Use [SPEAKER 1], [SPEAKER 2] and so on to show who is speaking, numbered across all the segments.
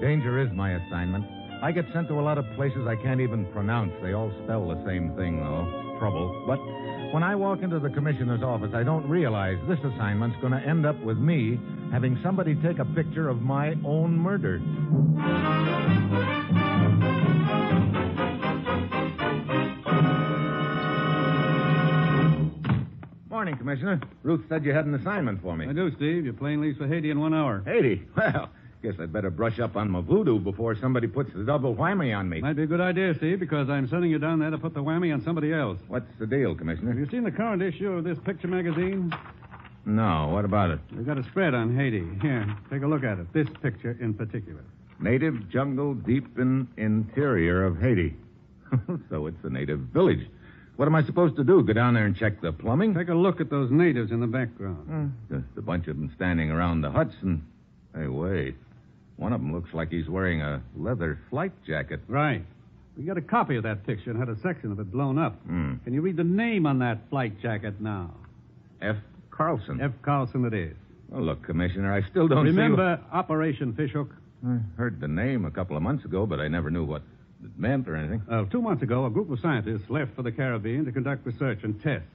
[SPEAKER 1] Danger is my assignment. I get sent to a lot of places I can't even pronounce. They all spell the same thing, though trouble. But when I walk into the commissioner's office, I don't realize this assignment's going to end up with me having somebody take a picture of my own murder. Morning, Commissioner. Ruth said you had an assignment for me.
[SPEAKER 2] I do, Steve. You're playing Lisa Haiti in one hour.
[SPEAKER 1] Haiti. Well, guess I'd better brush up on my voodoo before somebody puts the double whammy on me.
[SPEAKER 2] Might be a good idea, Steve, because I'm sending you down there to put the whammy on somebody else.
[SPEAKER 1] What's the deal, Commissioner?
[SPEAKER 2] Have you seen the current issue of this picture magazine?
[SPEAKER 1] No, what about it?
[SPEAKER 2] They've got a spread on Haiti. Here, take a look at it. This picture in particular.
[SPEAKER 1] Native jungle deep in interior of Haiti. so it's a native village. What am I supposed to do? Go down there and check the plumbing?
[SPEAKER 2] Take a look at those natives in the background.
[SPEAKER 1] Hmm, Just a bunch of them standing around the huts and. Hey, wait. One of them looks like he's wearing a leather flight jacket.
[SPEAKER 2] Right. We got a copy of that picture and had a section of it blown up.
[SPEAKER 1] Hmm.
[SPEAKER 2] Can you read the name on that flight jacket now?
[SPEAKER 1] F. Carlson.
[SPEAKER 2] F. Carlson it is.
[SPEAKER 1] Well, look, Commissioner, I still don't see
[SPEAKER 2] Remember Operation Fishhook?
[SPEAKER 1] what- I heard the name a couple of months ago, but I never knew what it meant or anything.
[SPEAKER 2] Uh, two months ago, a group of scientists left for the Caribbean to conduct research and tests.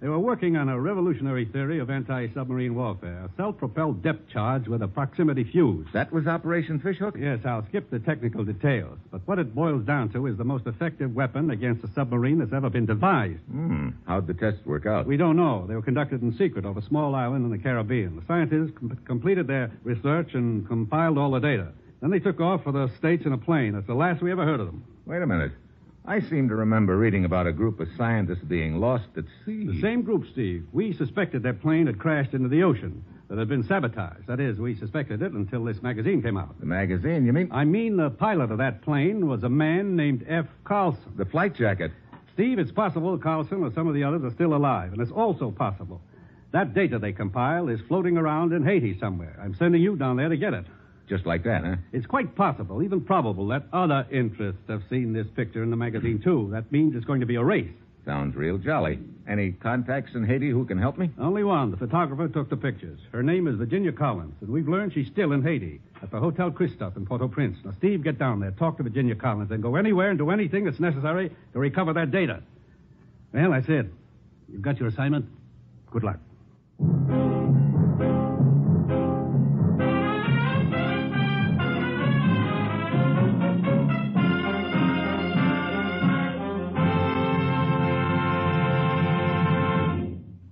[SPEAKER 2] They were working on a revolutionary theory of anti submarine warfare, a self propelled depth charge with a proximity fuse.
[SPEAKER 1] That was Operation Fishhook?
[SPEAKER 2] Yes, I'll skip the technical details, but what it boils down to is the most effective weapon against a submarine that's ever been devised.
[SPEAKER 1] Hmm. How'd the test work out?
[SPEAKER 2] We don't know. They were conducted in secret off a small island in the Caribbean. The scientists com- completed their research and compiled all the data. Then they took off for the States in a plane. That's the last we ever heard of them.
[SPEAKER 1] Wait a minute. I seem to remember reading about a group of scientists being lost at sea.
[SPEAKER 2] The same group, Steve. We suspected their plane had crashed into the ocean, that had been sabotaged. That is, we suspected it until this magazine came out.
[SPEAKER 1] The magazine, you mean?
[SPEAKER 2] I mean, the pilot of that plane was a man named F. Carlson.
[SPEAKER 1] The flight jacket.
[SPEAKER 2] Steve, it's possible Carlson or some of the others are still alive, and it's also possible. That data they compile is floating around in Haiti somewhere. I'm sending you down there to get it.
[SPEAKER 1] Just like that, huh?
[SPEAKER 2] It's quite possible, even probable, that other interests have seen this picture in the magazine, too. That means it's going to be a race.
[SPEAKER 1] Sounds real jolly. Any contacts in Haiti who can help me?
[SPEAKER 2] Only one. The photographer took the pictures. Her name is Virginia Collins, and we've learned she's still in Haiti at the Hotel Christophe in Port-au-Prince. Now, Steve, get down there, talk to Virginia Collins, and go anywhere and do anything that's necessary to recover that data. Well, that's it. You've got your assignment. Good luck.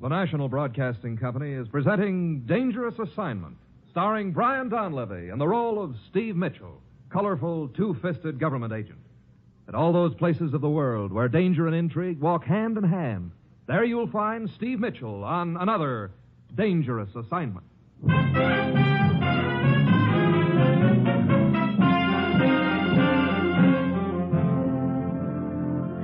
[SPEAKER 3] The National Broadcasting Company is presenting Dangerous Assignment, starring Brian Donlevy in the role of Steve Mitchell, colorful, two fisted government agent. At all those places of the world where danger and intrigue walk hand in hand, there you'll find Steve Mitchell on another Dangerous Assignment.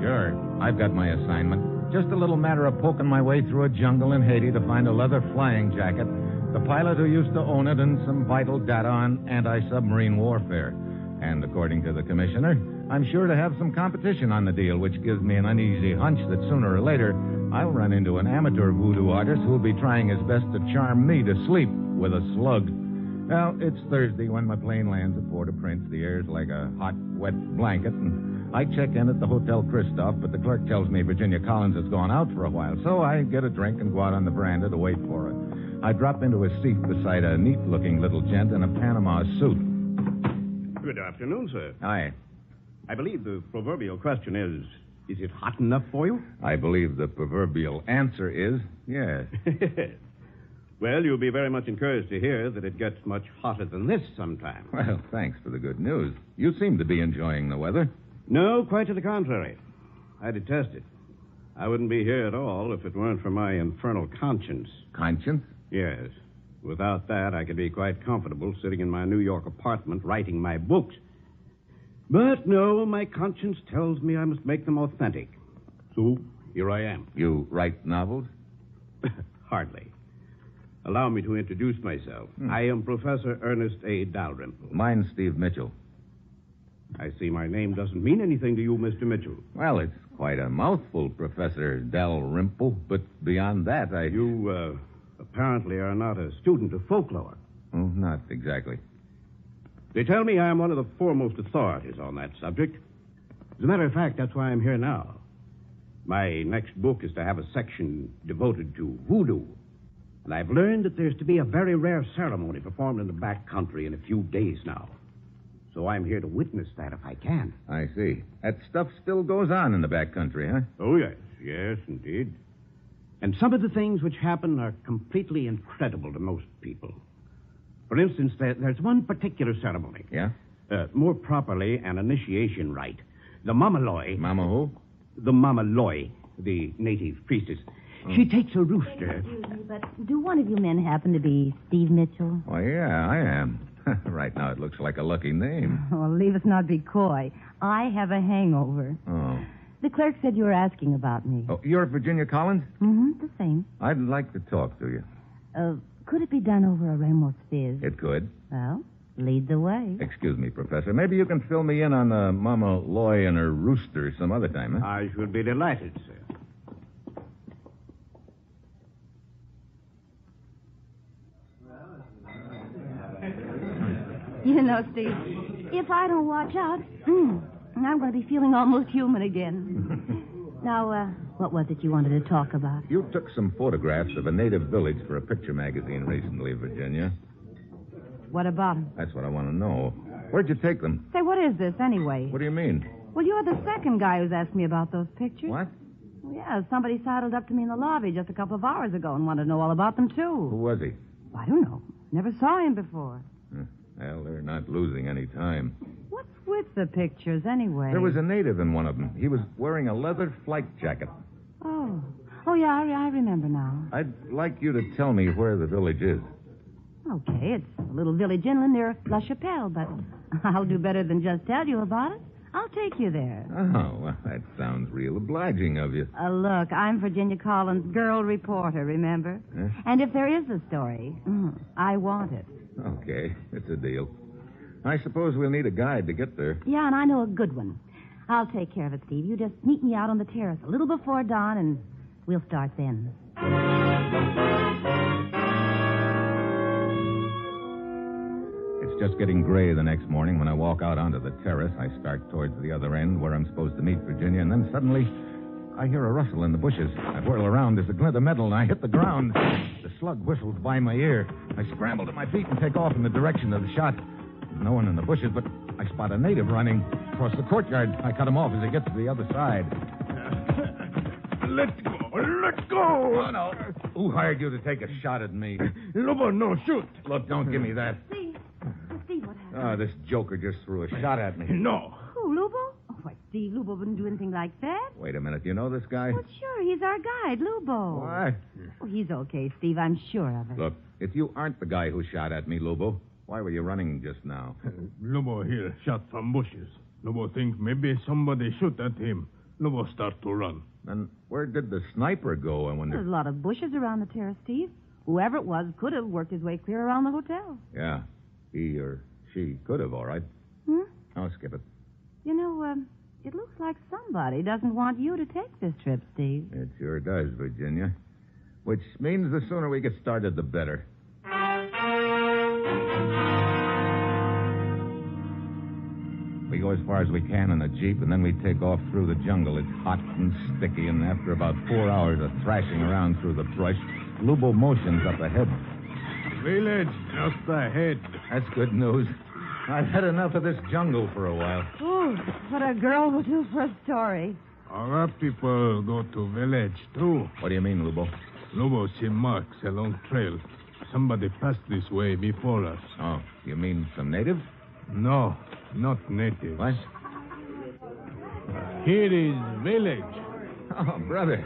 [SPEAKER 1] Sure. I've got my assignment. Just a little matter of poking my way through a jungle in Haiti to find a leather flying jacket, the pilot who used to own it, and some vital data on anti submarine warfare. And according to the commissioner, I'm sure to have some competition on the deal, which gives me an uneasy hunch that sooner or later I'll run into an amateur voodoo artist who'll be trying his best to charm me to sleep with a slug. Well, it's Thursday when my plane lands at Port-au-Prince. The air's like a hot, wet blanket, and I check in at the Hotel Christophe, but the clerk tells me Virginia Collins has gone out for a while, so I get a drink and go out on the veranda to wait for her. I drop into a seat beside a neat-looking little gent in a Panama suit.
[SPEAKER 4] Good afternoon, sir.
[SPEAKER 1] Aye.
[SPEAKER 4] I believe the proverbial question is Is it hot enough for you?
[SPEAKER 1] I believe the proverbial answer is yes.
[SPEAKER 4] well, you'll be very much encouraged to hear that it gets much hotter than this sometimes.
[SPEAKER 1] Well, thanks for the good news. You seem to be enjoying the weather.
[SPEAKER 4] No, quite to the contrary. I detest it. I wouldn't be here at all if it weren't for my infernal conscience.
[SPEAKER 1] Conscience?
[SPEAKER 4] Yes. Without that, I could be quite comfortable sitting in my New York apartment writing my books. But no, my conscience tells me I must make them authentic. So, here I am.
[SPEAKER 1] You write novels?
[SPEAKER 4] Hardly. Allow me to introduce myself. I am Professor Ernest A. Dalrymple.
[SPEAKER 1] Mine's Steve Mitchell.
[SPEAKER 4] I see my name doesn't mean anything to you, Mr. Mitchell.
[SPEAKER 1] Well, it's quite a mouthful, Professor Dalrymple, but beyond that, I.
[SPEAKER 4] You, uh, apparently are not a student of folklore.
[SPEAKER 1] Oh, not exactly.
[SPEAKER 2] They tell me I'm one of the foremost authorities on that subject. As a matter of fact, that's why I'm here now. My next book is to have a section devoted to voodoo. And I've learned that there's to be a very rare ceremony performed in the back country in a few days now. So I'm here to witness that if I can.
[SPEAKER 1] I see. That stuff still goes on in the back country, huh?
[SPEAKER 2] Oh, yes. Yes, indeed. And some of the things which happen are completely incredible to most people. For instance, there, there's one particular ceremony.
[SPEAKER 1] Yeah?
[SPEAKER 2] Uh, more properly, an initiation rite. The Mamaloi.
[SPEAKER 1] Mama who?
[SPEAKER 2] the Mamaloi, the native priestess. She takes a rooster.
[SPEAKER 5] Excuse me, but do one of you men happen to be Steve Mitchell?
[SPEAKER 1] Oh, yeah, I am. right now it looks like a lucky name.
[SPEAKER 5] Well, leave us not be coy. I have a hangover.
[SPEAKER 1] Oh.
[SPEAKER 5] The clerk said you were asking about me.
[SPEAKER 1] oh you're Virginia Collins?
[SPEAKER 5] Mm-hmm, the same.
[SPEAKER 1] I'd like to talk to you.
[SPEAKER 5] Uh, could it be done over a Ramos fizz?
[SPEAKER 1] It could.
[SPEAKER 5] Well, lead the way.
[SPEAKER 1] Excuse me, Professor. Maybe you can fill me in on the Mama Loy and her rooster some other time, huh?
[SPEAKER 2] I should be delighted, sir.
[SPEAKER 5] You know, Steve, if I don't watch out, mm, I'm going to be feeling almost human again. now, uh, what was it you wanted to talk about?
[SPEAKER 1] You took some photographs of a native village for a picture magazine recently, Virginia.
[SPEAKER 5] What about him?
[SPEAKER 1] That's what I want to know. Where'd you take them?
[SPEAKER 5] Say, what is this anyway?
[SPEAKER 1] What do you mean?
[SPEAKER 5] Well, you're the second guy who's asked me about those pictures.
[SPEAKER 1] What?
[SPEAKER 5] Well, Yeah, somebody sidled up to me in the lobby just a couple of hours ago and wanted to know all about them,
[SPEAKER 1] Who
[SPEAKER 5] too.
[SPEAKER 1] was he?
[SPEAKER 5] I don't know. Never saw him before.
[SPEAKER 1] Huh. Well, they're not losing any time.
[SPEAKER 5] What's with the pictures, anyway?
[SPEAKER 1] There was a native in one of them. He was wearing a leather flight jacket.
[SPEAKER 5] Oh. Oh, yeah, I, re- I remember now.
[SPEAKER 1] I'd like you to tell me where the village is.
[SPEAKER 5] Okay, it's a little village inland near La Chapelle, but I'll do better than just tell you about it. I'll take you there.
[SPEAKER 1] Oh, well, that sounds real obliging of you.
[SPEAKER 5] Uh, look, I'm Virginia Collins, girl reporter, remember?
[SPEAKER 1] Huh?
[SPEAKER 5] And if there is a story, mm, I want it.
[SPEAKER 1] Okay, it's a deal. I suppose we'll need a guide to get there.
[SPEAKER 5] Yeah, and I know a good one. I'll take care of it, Steve. You just meet me out on the terrace a little before dawn, and we'll start then.
[SPEAKER 1] It's just getting gray the next morning when I walk out onto the terrace. I start towards the other end where I'm supposed to meet Virginia, and then suddenly I hear a rustle in the bushes. I whirl around. There's a glint of metal, and I hit the ground. The slug whistles by my ear. I scramble to my feet and take off in the direction of the shot. There's no one in the bushes, but I spot a native running across the courtyard. I cut him off as he gets to the other side.
[SPEAKER 6] Let go. Let go.
[SPEAKER 1] Oh, no. Who hired you to take a shot at me?
[SPEAKER 6] Lobo, no, shoot.
[SPEAKER 1] Look, don't give me that.
[SPEAKER 5] Steve, Steve, what happened?
[SPEAKER 1] Oh, this joker just threw a shot at me.
[SPEAKER 6] No.
[SPEAKER 5] Who, Lubo? Oh, why, Steve, Lubo wouldn't do anything like that.
[SPEAKER 1] Wait a minute. You know this guy?
[SPEAKER 5] Well, sure, he's our guide, Lubo.
[SPEAKER 1] Why?
[SPEAKER 5] Oh, he's okay, Steve. I'm sure of it.
[SPEAKER 1] Look, if you aren't the guy who shot at me, Lobo, why were you running just now?
[SPEAKER 6] Lobo here shot from bushes. Lobo think maybe somebody shoot at him. Lobo start to run.
[SPEAKER 1] And where did the sniper go, I
[SPEAKER 5] There's
[SPEAKER 1] wonder?
[SPEAKER 5] a lot of bushes around the terrace, Steve. Whoever it was could have worked his way clear around the hotel.
[SPEAKER 1] Yeah, he or she could have, all right.
[SPEAKER 5] Hmm?
[SPEAKER 1] I'll skip it.
[SPEAKER 5] You know, um, it looks like somebody doesn't want you to take this trip, Steve.
[SPEAKER 1] It sure does, Virginia. Which means the sooner we get started, the better. We go as far as we can in a jeep, and then we take off through the jungle. It's hot and sticky, and after about four hours of thrashing around through the brush, Lubo motions up ahead.
[SPEAKER 6] Village just ahead.
[SPEAKER 1] That's good news. I've had enough of this jungle for a while.
[SPEAKER 5] Ooh, what a girl will do for a story.
[SPEAKER 6] Our people go to village too.
[SPEAKER 1] What do you mean, Lubo?
[SPEAKER 6] Lobo see marks along trail. Somebody passed this way before us.
[SPEAKER 1] Oh, you mean some native?
[SPEAKER 6] No, not native.
[SPEAKER 1] What?
[SPEAKER 6] Here is village.
[SPEAKER 1] Oh, brother.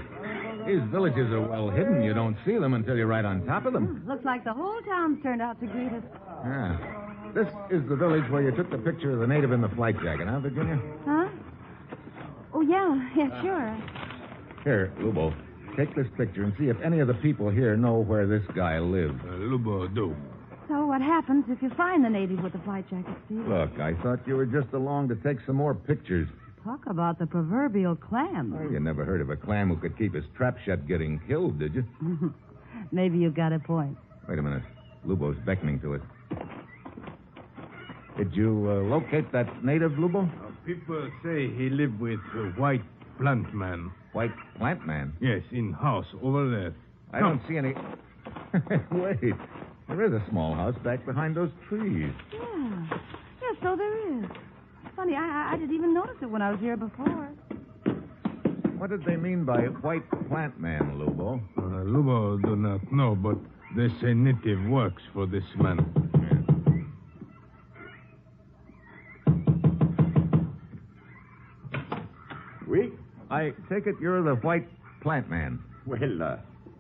[SPEAKER 1] These villages are well hidden. You don't see them until you're right on top of them.
[SPEAKER 5] Looks like the whole town's turned out to greet us.
[SPEAKER 1] Yeah. This is the village where you took the picture of the native in the flight jacket, huh, Virginia?
[SPEAKER 5] Huh? Oh, yeah, yeah, sure.
[SPEAKER 1] Here, Lubo, take this picture and see if any of the people here know where this guy lives.
[SPEAKER 6] Uh, Lobo do.
[SPEAKER 5] So what happens if you find the native with the flight jacket, Steve?
[SPEAKER 1] Look, I thought you were just along to take some more pictures.
[SPEAKER 5] Talk about the proverbial clam.
[SPEAKER 1] Well, you never heard of a clam who could keep his trap shut getting killed, did you?
[SPEAKER 5] Maybe you got a point.
[SPEAKER 1] Wait a minute. Lubo's beckoning to us. Did you uh, locate that native, Lubo?
[SPEAKER 6] People say he lived with a white plant man.
[SPEAKER 1] White plant man.
[SPEAKER 6] Yes, in house over there.
[SPEAKER 1] I don't see any. Wait. There is a small house back behind those trees.
[SPEAKER 5] Yeah. Yeah, so there is. Funny, I, I- I didn't even notice it when I was here before.
[SPEAKER 1] What did they mean by white plant man, Lubo?
[SPEAKER 6] Uh, Lubo do not know, but they say native works for this man.
[SPEAKER 2] Oui?
[SPEAKER 1] I take it you're the white plant man.
[SPEAKER 2] Well, uh,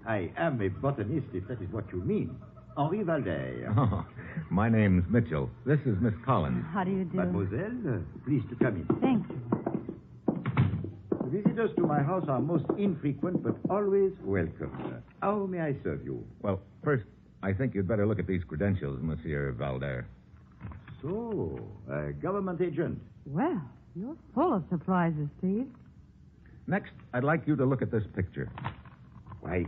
[SPEAKER 2] I am a botanist, if that is what you mean. Henri Valdez.
[SPEAKER 1] Oh, my name's Mitchell. This is Miss Collins.
[SPEAKER 5] How do you do?
[SPEAKER 2] Mademoiselle, uh, please to come in.
[SPEAKER 5] Thank you.
[SPEAKER 2] Visitors to my house are most infrequent, but always welcome. How may I serve you?
[SPEAKER 1] Well, first, I think you'd better look at these credentials, Monsieur Valder.
[SPEAKER 2] So, a government agent.
[SPEAKER 5] Well, you're full of surprises, Steve.
[SPEAKER 1] Next, I'd like you to look at this picture.
[SPEAKER 2] Why,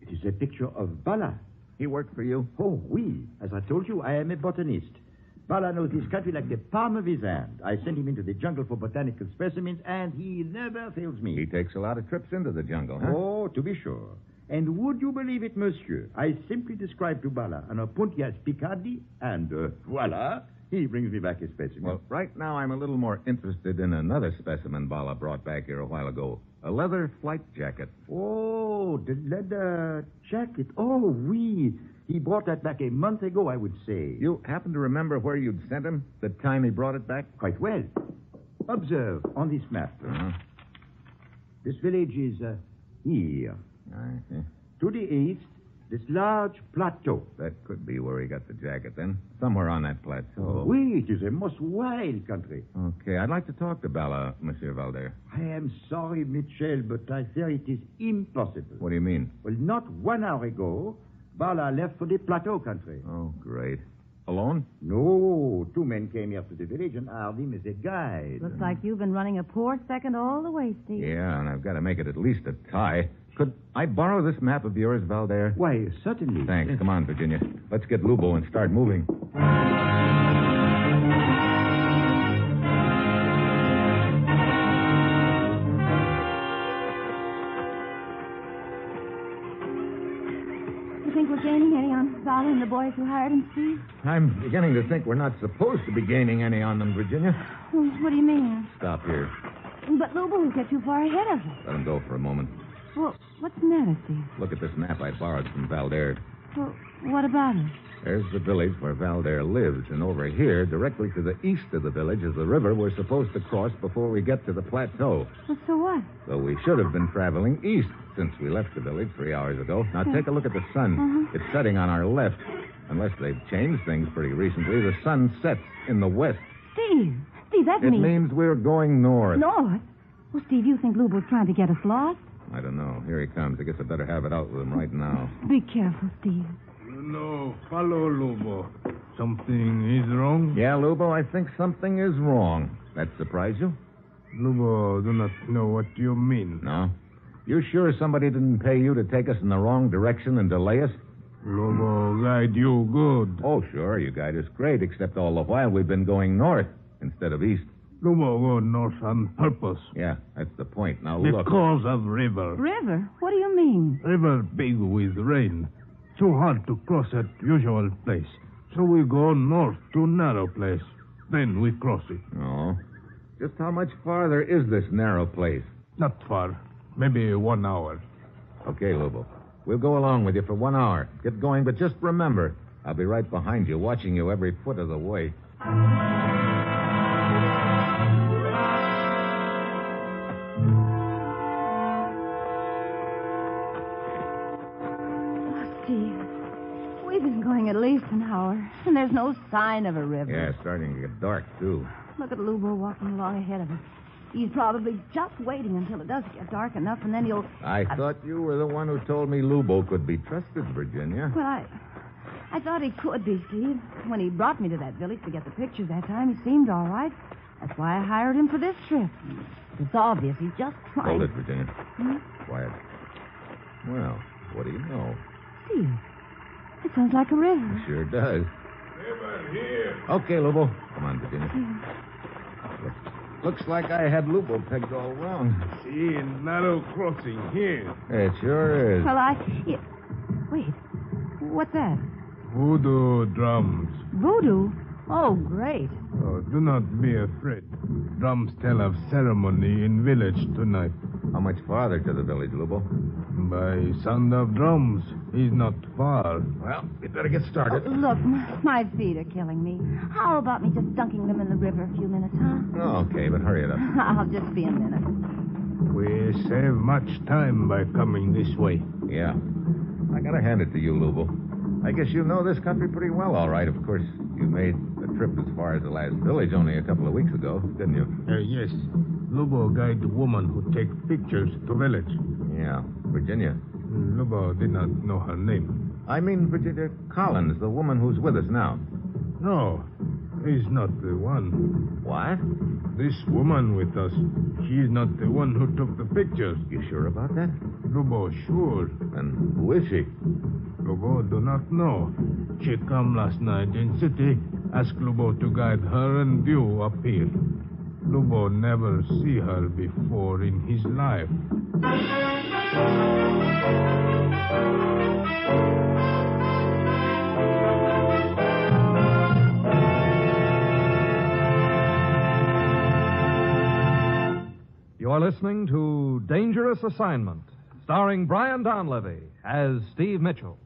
[SPEAKER 2] it is a picture of Bala.
[SPEAKER 1] He worked for you?
[SPEAKER 2] Oh, oui. As I told you, I am a botanist. Bala knows this country like the palm of his hand. I send him into the jungle for botanical specimens, and he never fails me.
[SPEAKER 1] He takes a lot of trips into the jungle, huh?
[SPEAKER 2] Oh, to be sure. And would you believe it, monsieur? I simply describe to Bala an Opuntias Picardi, and uh, voila, he brings me back a specimen.
[SPEAKER 1] Well, right now I'm a little more interested in another specimen Bala brought back here a while ago. A leather flight jacket.
[SPEAKER 2] oh, the leather jacket. Oh, oui. He brought that back a month ago, I would say.
[SPEAKER 1] You happen to remember where you'd sent him? The time he brought it back?
[SPEAKER 2] Quite well. Observe on this map.
[SPEAKER 1] Uh-huh.
[SPEAKER 2] This village is uh, here.
[SPEAKER 1] I see.
[SPEAKER 2] To the east, this large plateau.
[SPEAKER 1] That could be where he got the jacket then. Somewhere on that plateau.
[SPEAKER 2] Oui, it is a most wild country.
[SPEAKER 1] Okay, I'd like to talk to Bala, Monsieur Valder.
[SPEAKER 2] I am sorry, Michel, but I fear it is impossible.
[SPEAKER 1] What do you mean?
[SPEAKER 2] Well, not one hour ago, Bala left for the plateau country.
[SPEAKER 1] Oh, great. Alone?
[SPEAKER 2] No, two men came here to the village and hired him as a guide.
[SPEAKER 5] Looks like you've been running a poor second all the way, Steve.
[SPEAKER 1] Yeah, and I've got to make it at least a tie. Could I borrow this map of yours, Valder?
[SPEAKER 2] Why, certainly.
[SPEAKER 1] Thanks. Come on, Virginia. Let's get Lubo and start moving.
[SPEAKER 5] You think we're gaining any on Val and the boys who hired him, Steve?
[SPEAKER 1] I'm beginning to think we're not supposed to be gaining any on them, Virginia.
[SPEAKER 5] Hmm, What do you mean?
[SPEAKER 1] Stop here.
[SPEAKER 5] But Luba will get too far ahead of us.
[SPEAKER 1] Let him go for a moment.
[SPEAKER 5] Well, what's the matter, Steve?
[SPEAKER 1] Look at this map I borrowed from Valder.
[SPEAKER 5] Well, what about it?
[SPEAKER 1] There's the village where Valder lives, and over here, directly to the east of the village, is the river we're supposed to cross before we get to the plateau.
[SPEAKER 5] Well, so what?
[SPEAKER 1] So we should have been traveling east since we left the village three hours ago. Now take a look at the sun. It's setting on our left. Unless they've changed things pretty recently, the sun sets in the west.
[SPEAKER 5] Steve! Steve, that
[SPEAKER 1] It
[SPEAKER 5] means...
[SPEAKER 1] means we're going north.
[SPEAKER 5] North? Well, Steve, you think Luba's trying to get us lost?
[SPEAKER 1] I don't know. Here he comes. I guess I better have it out with him right now.
[SPEAKER 5] Be careful, Steve.
[SPEAKER 6] No, follow Lubo. Something is wrong?
[SPEAKER 1] Yeah, Lubo, I think something is wrong. That surprise you?
[SPEAKER 6] Lubo do not know what you mean.
[SPEAKER 1] No. You sure somebody didn't pay you to take us in the wrong direction and delay us?
[SPEAKER 6] Lubo guide you good.
[SPEAKER 1] Oh, sure. You guide us great, except all the while we've been going north instead of east.
[SPEAKER 6] Lubo go north on purpose.
[SPEAKER 1] Yeah, that's the point. Now look.
[SPEAKER 6] Because of river.
[SPEAKER 5] River? What do you mean?
[SPEAKER 6] River big with rain. Too hard to cross at usual place. So we go north to narrow place. Then we cross it.
[SPEAKER 1] No. Just how much farther is this narrow place?
[SPEAKER 6] Not far. Maybe one hour.
[SPEAKER 1] Okay, Lubo. We'll go along with you for one hour. Get going, but just remember, I'll be right behind you, watching you every foot of the way.
[SPEAKER 5] Oh, Steve, we've been going at least an hour, and there's no sign of a river.
[SPEAKER 1] Yeah, it's starting to get dark, too.
[SPEAKER 5] Look at Luba walking along ahead of us. He's probably just waiting until it does get dark enough, and then he'll.
[SPEAKER 1] I thought you were the one who told me Lubo could be trusted, Virginia.
[SPEAKER 5] Well, I. I thought he could be, Steve. When he brought me to that village to get the pictures that time, he seemed all right. That's why I hired him for this trip. It's obvious he's just trying.
[SPEAKER 1] Hold it, Virginia. Quiet. Well, what do you know?
[SPEAKER 5] Steve, it sounds like a river.
[SPEAKER 1] Sure does. Okay, Lubo. Come on, Virginia. Look, looks like I had Lubo pegged all wrong.
[SPEAKER 6] See, narrow crossing here.
[SPEAKER 1] It sure is.
[SPEAKER 5] Well, I. yeah. Wait. What's that?
[SPEAKER 6] Voodoo drums.
[SPEAKER 5] Voodoo? Oh, great.
[SPEAKER 6] Oh, do not be afraid. Drums tell of ceremony in village tonight.
[SPEAKER 1] How much farther to the village, Lubo?
[SPEAKER 6] By sound of drums, he's not far.
[SPEAKER 1] Well, we'd better get started.
[SPEAKER 5] Oh, Look, m- my feet are killing me. How about me just dunking them in the river a few minutes, huh?
[SPEAKER 1] Okay, but hurry it up.
[SPEAKER 5] I'll just be a minute.
[SPEAKER 6] We save much time by coming this way.
[SPEAKER 1] Yeah. I gotta hand it to you, Lubo. I guess you know this country pretty well, all right. Of course, you made a trip as far as the last village only a couple of weeks ago, didn't you?
[SPEAKER 6] Uh, yes, Lubo guide woman who take pictures to village.
[SPEAKER 1] Yeah. Virginia.
[SPEAKER 6] Lubo Hmm, did not know her name.
[SPEAKER 1] I mean Virginia Collins, the woman who's with us now.
[SPEAKER 6] No, he's not the one.
[SPEAKER 1] What?
[SPEAKER 6] This woman with us, she is not the one who took the pictures.
[SPEAKER 1] You sure about that?
[SPEAKER 6] Lubo sure.
[SPEAKER 1] And who is she?
[SPEAKER 6] Lubo do not know. She come last night in city, ask Lubo to guide her and you up here. Lubo never see her before in his life.
[SPEAKER 3] You are listening to Dangerous Assignment, starring Brian Donlevy as Steve Mitchell.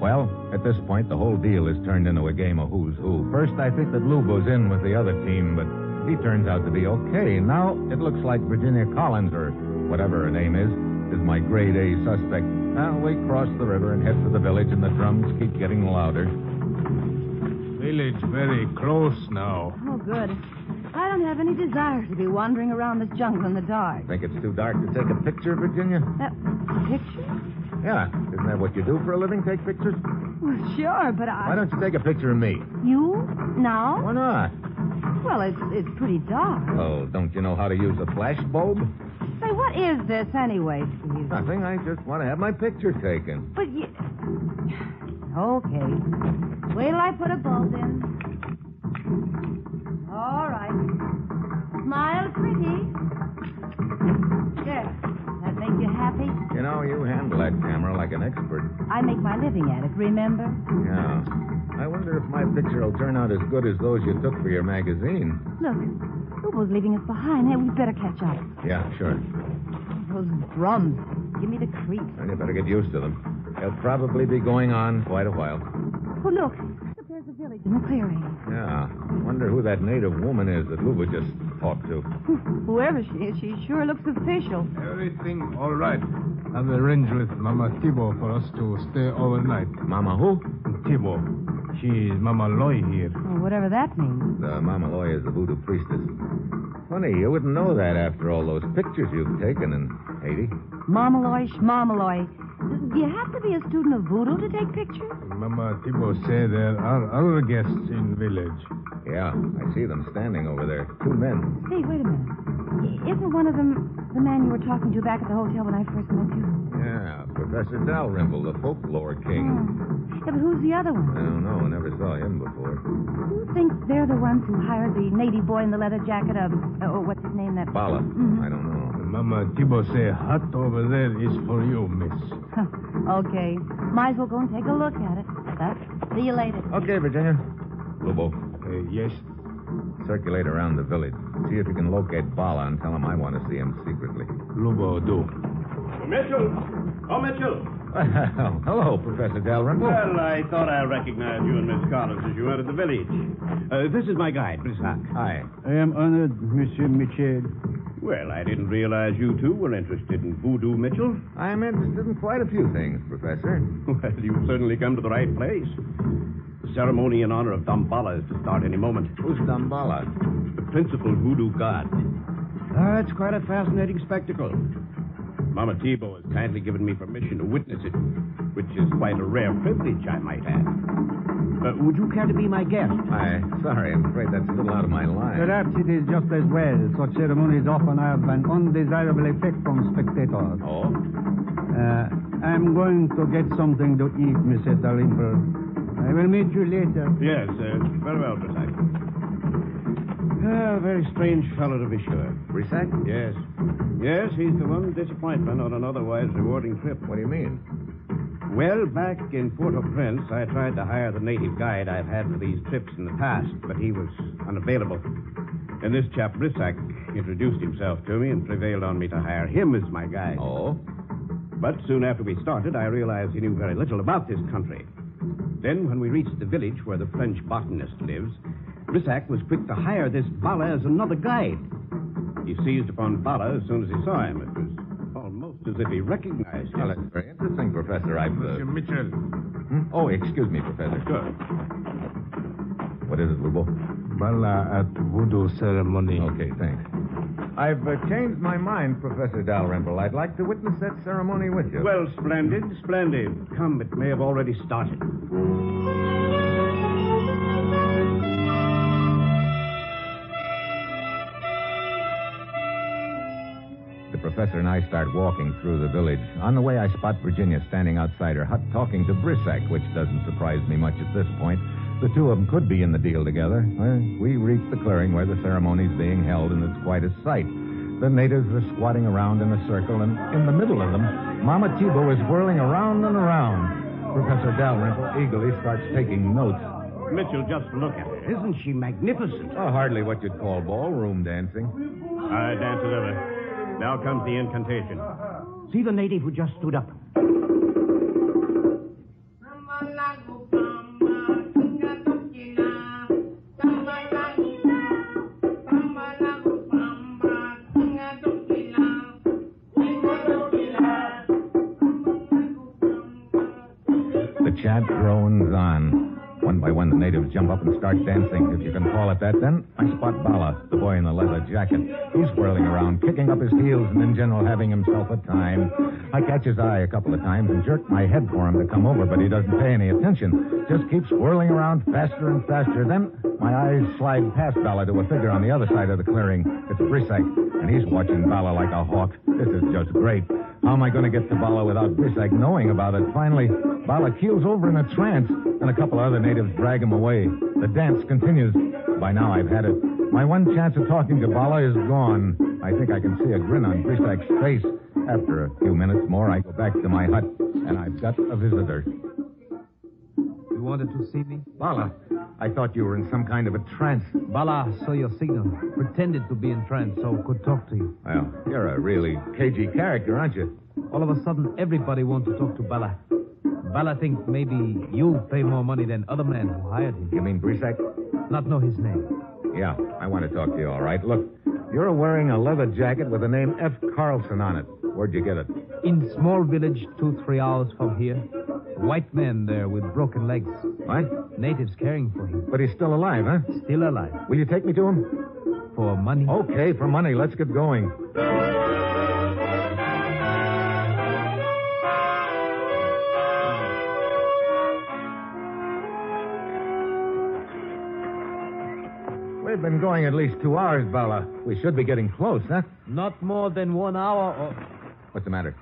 [SPEAKER 1] Well, at this point, the whole deal is turned into a game of who's who. First, I think that Lubo's in with the other team, but he turns out to be okay. Now, it looks like Virginia Collins, or whatever her name is, is my grade A suspect. Now, we cross the river and head for the village, and the drums keep getting louder.
[SPEAKER 6] Village very close now.
[SPEAKER 5] Oh, good. I don't have any desire to be wandering around this jungle in the dark.
[SPEAKER 1] Think it's too dark to take a picture, Virginia?
[SPEAKER 5] That picture?
[SPEAKER 1] Yeah. Isn't that what you do for a living? Take pictures?
[SPEAKER 5] Well, sure, but I.
[SPEAKER 1] Why don't you take a picture of me?
[SPEAKER 5] You? Now?
[SPEAKER 1] Why not?
[SPEAKER 5] Well, it's, it's pretty dark.
[SPEAKER 1] Oh, don't you know how to use a flash bulb?
[SPEAKER 5] Say, what is this anyway, Steve?
[SPEAKER 1] Nothing. I just want to have my picture taken.
[SPEAKER 5] But you. Okay. Wait till I put a bulb in. All right. Smile pretty. There. That make you happy?
[SPEAKER 1] You know, you handle that camera like an expert.
[SPEAKER 5] I make my living at it, remember?
[SPEAKER 1] Yeah. I wonder if my picture will turn out as good as those you took for your magazine.
[SPEAKER 5] Look, Ubo's leaving us behind. Hey, we better catch up.
[SPEAKER 1] Yeah, sure.
[SPEAKER 5] Those drums. Give me the creeps.
[SPEAKER 1] And you better get used to them. They'll probably be going on quite a while.
[SPEAKER 5] Oh, look. Look, there's a village in the clearing.
[SPEAKER 1] Yeah. Wonder who that native woman is that Luba just talked to.
[SPEAKER 5] Whoever she is, she sure looks official.
[SPEAKER 6] Everything all right. I've arranged with Mama Tibo for us to stay overnight.
[SPEAKER 1] Mama who?
[SPEAKER 6] Tibo. She is Mama Loy here.
[SPEAKER 5] Well, whatever that means.
[SPEAKER 1] The Mama Loy is the voodoo priestess. Funny, you wouldn't know that after all those pictures you've taken in Haiti.
[SPEAKER 5] Mamaloy, shmamaloy. Do you have to be a student of voodoo to take pictures?
[SPEAKER 6] Mama Tibo say there are other guests in village.
[SPEAKER 1] Yeah, I see them standing over there. Two men.
[SPEAKER 5] Hey, wait a minute. I- Isn't one of them the man you were talking to back at the hotel when I first met you?
[SPEAKER 1] Yeah, Professor Dalrymple, the folklore king.
[SPEAKER 5] Yeah, but who's the other
[SPEAKER 1] I
[SPEAKER 5] one?
[SPEAKER 1] don't know, I never saw him before.
[SPEAKER 5] Who thinks they're the ones who hired the native boy in the leather jacket of, oh, what's his name, that...
[SPEAKER 1] Bala. I don't know.
[SPEAKER 6] Mama Tibo say hut over there is for you, miss.
[SPEAKER 5] okay. Might as well go and take a look at it. But see you later.
[SPEAKER 1] Okay, Virginia. Lubo,
[SPEAKER 6] Uh, yes,
[SPEAKER 1] circulate around the village. See if you can locate Bala and tell him I want to see him secretly.
[SPEAKER 6] Lubo do.
[SPEAKER 2] Mitchell! Oh, Mitchell!
[SPEAKER 1] Well, hello, Professor Dalrymple.
[SPEAKER 2] Well, I thought I recognized you and Miss Collins as you entered the village. Uh, this is my guide, Brissac.
[SPEAKER 1] Hi.
[SPEAKER 7] I am honored, Monsieur Michel.
[SPEAKER 2] Well, I didn't realize you two were interested in voodoo, Mitchell.
[SPEAKER 1] I'm interested in quite a few things, Professor.
[SPEAKER 2] Well, you've certainly come to the right place. The ceremony in honor of Damballa is to start any moment.
[SPEAKER 1] Who's Dambala?
[SPEAKER 2] The principal voodoo god. Ah, it's quite a fascinating spectacle. Mama Tebow has kindly given me permission to witness it. which is quite a rare privilege, I might add. Uh, would you care to be my guest?
[SPEAKER 1] I, sorry, I'm afraid that's a little out of my line.
[SPEAKER 7] Perhaps it is just as well. Such ceremonies often have an undesirable effect on spectators.
[SPEAKER 1] Oh?
[SPEAKER 7] Uh, I'm going to get something to eat, Mr. Dalrymple. I will meet you later.
[SPEAKER 2] Yes, uh, very well, Precisely. Ah, very strange fellow to be sure.
[SPEAKER 1] Resac?
[SPEAKER 2] Yes. Yes, he's the one disappointment on an otherwise rewarding trip.
[SPEAKER 1] What do you mean?
[SPEAKER 2] Well, back in Port-au-Prince, I tried to hire the native guide I've had for these trips in the past, but he was unavailable. And this chap, Brissac, introduced himself to me and prevailed on me to hire him as my guide.
[SPEAKER 1] Oh?
[SPEAKER 2] But soon after we started, I realized he knew very little about this country. Then, when we reached the village where the French botanist lives, Brissac was quick to hire this Bala as another guide. He seized upon Bala as soon as he saw him. It was almost as if he recognized him.
[SPEAKER 1] Well, that's very interesting, Professor. I've. Uh...
[SPEAKER 6] Monsieur Mitchell,
[SPEAKER 1] hmm? Oh, excuse me, Professor.
[SPEAKER 2] Sure.
[SPEAKER 1] What is it, Lubo?
[SPEAKER 6] Bala at voodoo ceremony.
[SPEAKER 1] Okay, thanks. I've uh, changed my mind, Professor Dalrymple. I'd like to witness that ceremony with you.
[SPEAKER 2] Well, splendid, splendid. Come, it may have already started.
[SPEAKER 1] The professor and I start walking through the village. On the way, I spot Virginia standing outside her hut talking to Brissac, which doesn't surprise me much at this point. The two of them could be in the deal together. Well, we reach the clearing where the ceremony's being held, and it's quite a sight. The natives are squatting around in a circle, and in the middle of them, Mama Tebow is whirling around and around. Professor Dalrymple eagerly starts taking notes.
[SPEAKER 2] Mitchell, just look at her. Isn't she magnificent?
[SPEAKER 1] Oh, hardly what you'd call ballroom dancing.
[SPEAKER 2] I dance it over. Now comes the incantation. See the native who just stood up.
[SPEAKER 1] The chant drones on. One by one, the natives jump up and start dancing, if you can call it that. Then I spot Bala, the boy in the leather jacket. He's whirling around, kicking up his heels, and in general having himself a time. I catch his eye a couple of times and jerk my head for him to come over, but he doesn't pay any attention. Just keeps whirling around faster and faster. Then my eyes slide past Bala to a figure on the other side of the clearing. It's Brisak, and he's watching Bala like a hawk. This is just great. How am I going to get to Bala without Brisak knowing about it? Finally, Bala keels over in a trance, and a couple of other natives drag him away. The dance continues. By now, I've had it. My one chance of talking to Bala is gone. I think I can see a grin on Brisak's face. After a few minutes more, I go back to my hut, and I've got a visitor.
[SPEAKER 8] You wanted to see me?
[SPEAKER 1] Bala, I thought you were in some kind of a trance.
[SPEAKER 8] Bala saw your signal, pretended to be in trance so could talk to you.
[SPEAKER 1] Well, you're a really cagey character, aren't you?
[SPEAKER 8] All of a sudden, everybody wants to talk to Bala. Bala thinks maybe you pay more money than other men who hired him.
[SPEAKER 1] You mean Brisak?
[SPEAKER 8] Not know his name.
[SPEAKER 1] Yeah, I want to talk to you, all right. Look, you're wearing a leather jacket with the name F. Carlson on it. Where'd you get it?
[SPEAKER 8] In small village two, three hours from here, white man there with broken legs.
[SPEAKER 1] What?
[SPEAKER 8] Natives caring for him.
[SPEAKER 1] But he's still alive, huh?
[SPEAKER 8] Still alive.
[SPEAKER 1] Will you take me to him?
[SPEAKER 8] For money.
[SPEAKER 1] Okay, for money. Let's get going. We've been going at least two hours, Bala. We should be getting close, huh?
[SPEAKER 8] Not more than one hour or...
[SPEAKER 1] What's the matter?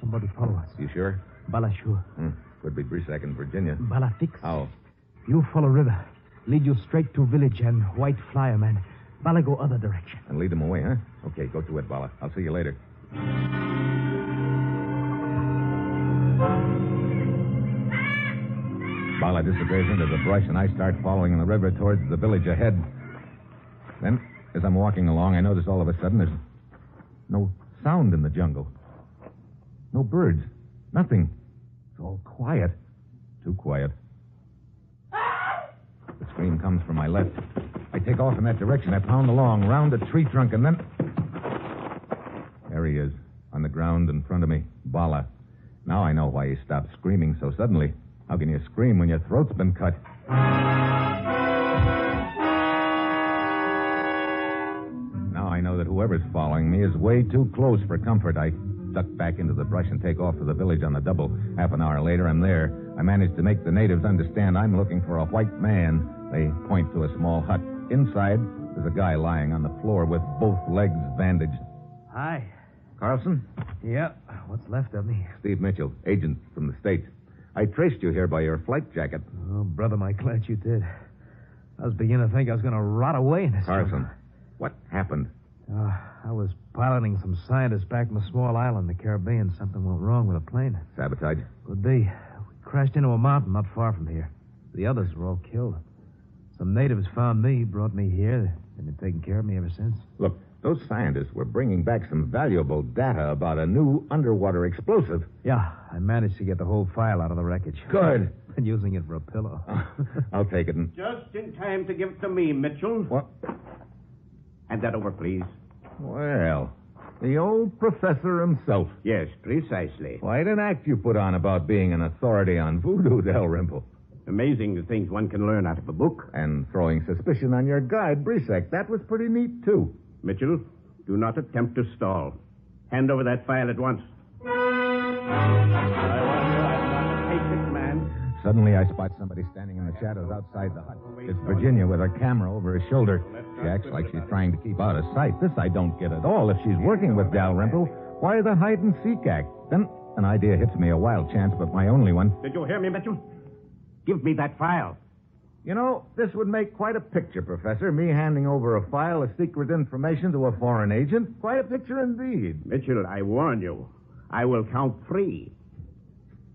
[SPEAKER 8] Somebody follow us.
[SPEAKER 1] You sure?
[SPEAKER 8] Bala sure.
[SPEAKER 1] Hmm. Could be Brisak in Virginia.
[SPEAKER 8] Bala fix.
[SPEAKER 1] How?
[SPEAKER 8] You follow river. Lead you straight to village and white flyer man. Bala go other direction.
[SPEAKER 1] And lead them away, huh? Okay, go to it, Bala. I'll see you later. Bala disappears into the brush, and I start following the river towards the village ahead. Then, as I'm walking along, I notice all of a sudden there's no sound in the jungle. No birds. Nothing. It's all quiet. Too quiet. The scream comes from my left. I take off in that direction. I pound along, round a tree trunk, and then. There he is, on the ground in front of me. Bala. Now I know why he stopped screaming so suddenly. How can you scream when your throat's been cut? Now I know that whoever's following me is way too close for comfort. I duck back into the brush and take off for the village on the double. Half an hour later, I'm there. I manage to make the natives understand I'm looking for a white man. They point to a small hut. Inside, there's a guy lying on the floor with both legs bandaged.
[SPEAKER 8] Hi.
[SPEAKER 1] Carlson?
[SPEAKER 8] Yeah. What's left of me?
[SPEAKER 1] Steve Mitchell, agent from the States. I traced you here by your flight jacket.
[SPEAKER 8] Oh, brother, my glad you did. I was beginning to think I was going to rot away in this.
[SPEAKER 1] Carlson, what happened?
[SPEAKER 8] Uh, I was piloting some scientists back from a small island in the Caribbean. Something went wrong with the plane.
[SPEAKER 1] Sabotage?
[SPEAKER 8] Could be. We crashed into a mountain not far from here. The others were all killed. Some natives found me, brought me here. They've been taking care of me ever since.
[SPEAKER 1] Look, those scientists were bringing back some valuable data about a new underwater explosive.
[SPEAKER 8] Yeah, I managed to get the whole file out of the wreckage.
[SPEAKER 1] Good.
[SPEAKER 8] Been using it for a pillow.
[SPEAKER 1] I'll take it and.
[SPEAKER 2] Just in time to give it to me, Mitchell.
[SPEAKER 1] What?
[SPEAKER 2] Hand that over, please.
[SPEAKER 1] Well, the old professor himself.
[SPEAKER 2] Yes, precisely.
[SPEAKER 1] Quite an act you put on about being an authority on voodoo, Dalrymple.
[SPEAKER 2] Amazing the things one can learn out of a book.
[SPEAKER 1] And throwing suspicion on your guide, Brisek. That was pretty neat, too.
[SPEAKER 2] Mitchell, do not attempt to stall. Hand over that file at once. I want you. I'm not a patient man.
[SPEAKER 1] Suddenly, I spot somebody standing in the shadows outside the hut. It's Virginia with her camera over her shoulder. She acts like she's trying to keep out of sight. This I don't get at all. If she's working with Dalrymple, why the hide and seek act? Then an idea hits me, a wild chance, but my only one.
[SPEAKER 2] Did you hear me, Mitchell? Give me that file.
[SPEAKER 1] You know, this would make quite a picture, Professor. Me handing over a file of secret information to a foreign agent. Quite a picture indeed.
[SPEAKER 2] Mitchell, I warn you, I will count three.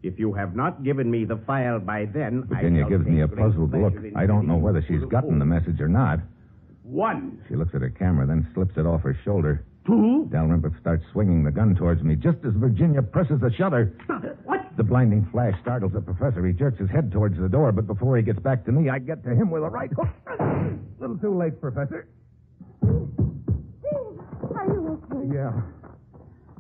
[SPEAKER 2] If you have not given me the file by then, I
[SPEAKER 1] Virginia
[SPEAKER 2] shall
[SPEAKER 1] gives me a
[SPEAKER 2] take great
[SPEAKER 1] puzzled look.
[SPEAKER 2] pleasure in
[SPEAKER 1] I don't know
[SPEAKER 2] giving
[SPEAKER 1] whether
[SPEAKER 2] you
[SPEAKER 1] she's gotten the message or not.
[SPEAKER 2] One,
[SPEAKER 1] She looks at her camera, then slips it off her shoulder.
[SPEAKER 2] two.
[SPEAKER 1] Dalrymple starts swinging the gun towards me just as Virginia presses a shutter.
[SPEAKER 2] What?
[SPEAKER 1] The blinding flash startles the professor. He jerks his head towards the door, but before he gets back to me, I get to him with a right hook. a little too late, Professor.
[SPEAKER 5] Steve, are you okay?
[SPEAKER 1] Yeah.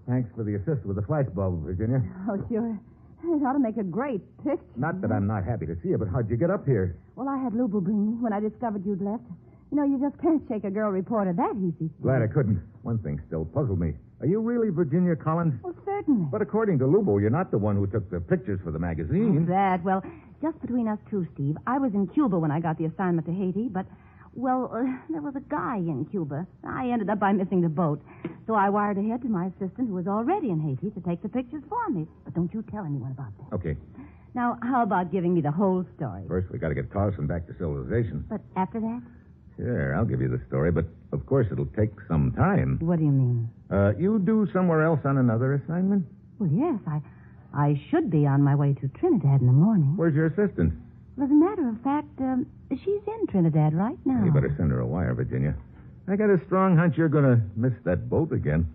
[SPEAKER 1] Thanks for the assist with the flashbulb, Virginia.
[SPEAKER 5] Oh, sure. It ought to make a great picture.
[SPEAKER 1] Not that I'm not happy to see you, but how'd you get up here?
[SPEAKER 5] Well, I had Lubu bring me when I discovered you'd left. You know, you just can't shake a girl reporter that easy.
[SPEAKER 1] Glad I couldn't. One thing still puzzled me. Are you really Virginia Collins?
[SPEAKER 5] Well, certainly.
[SPEAKER 1] But according to Lubo, you're not the one who took the pictures for the magazine.
[SPEAKER 5] That, well, just between us two, Steve, I was in Cuba when I got the assignment to Haiti, but, well, uh, there was a guy in Cuba. I ended up by missing the boat. So I wired ahead to my assistant, who was already in Haiti, to take the pictures for me. But don't you tell anyone about that.
[SPEAKER 1] Okay,
[SPEAKER 5] Now, how about giving me the whole story?
[SPEAKER 1] first we got to get Carlson back to civilization.
[SPEAKER 5] But after that?
[SPEAKER 1] Sure, I'll give you the story, but of course it'll take some time.
[SPEAKER 5] What do you mean?
[SPEAKER 1] Uh, you do somewhere else on another assignment?
[SPEAKER 5] Well, yes, I. I should be on my way to Trinidad in the morning.
[SPEAKER 1] Where's your assistant?
[SPEAKER 5] As a matter of fact, um, she's in Trinidad right now.
[SPEAKER 1] You better send her a wire, Virginia. I got a strong hunch you're going to miss that boat again.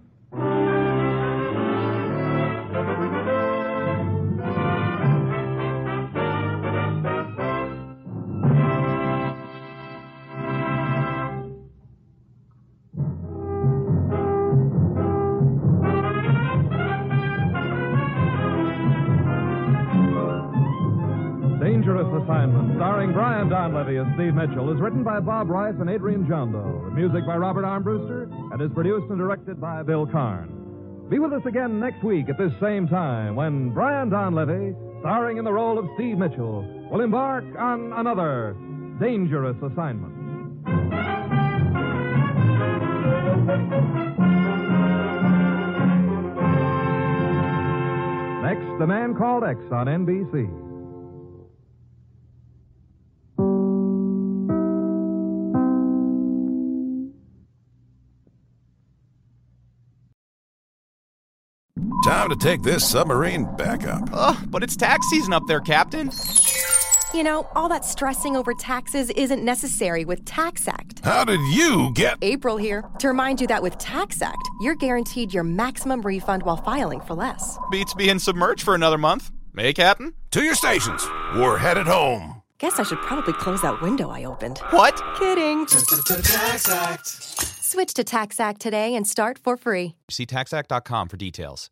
[SPEAKER 3] Dangerous Assignment, starring Brian Donlevy as Steve Mitchell, is written by Bob Rice and Adrian Jondo, with music by Robert Armbruster, and is produced and directed by Bill Karn. Be with us again next week at this same time when Brian Donlevy, starring in the role of Steve Mitchell, will embark on another Dangerous Assignment. Next, The Man Called X on NBC.
[SPEAKER 9] Time to take this submarine back up.
[SPEAKER 10] Oh, but it's tax season up there, Captain.
[SPEAKER 11] You know, all that stressing over taxes isn't necessary with Tax Act.
[SPEAKER 9] How did you get.
[SPEAKER 11] April here to remind you that with Tax Act, you're guaranteed your maximum refund while filing for less.
[SPEAKER 10] Beats being submerged for another month. Eh, Captain?
[SPEAKER 9] To your stations. We're headed home.
[SPEAKER 11] Guess I should probably close that window I opened.
[SPEAKER 10] What?
[SPEAKER 11] Kidding. Switch to Tax Act today and start for free.
[SPEAKER 10] See taxact.com for details.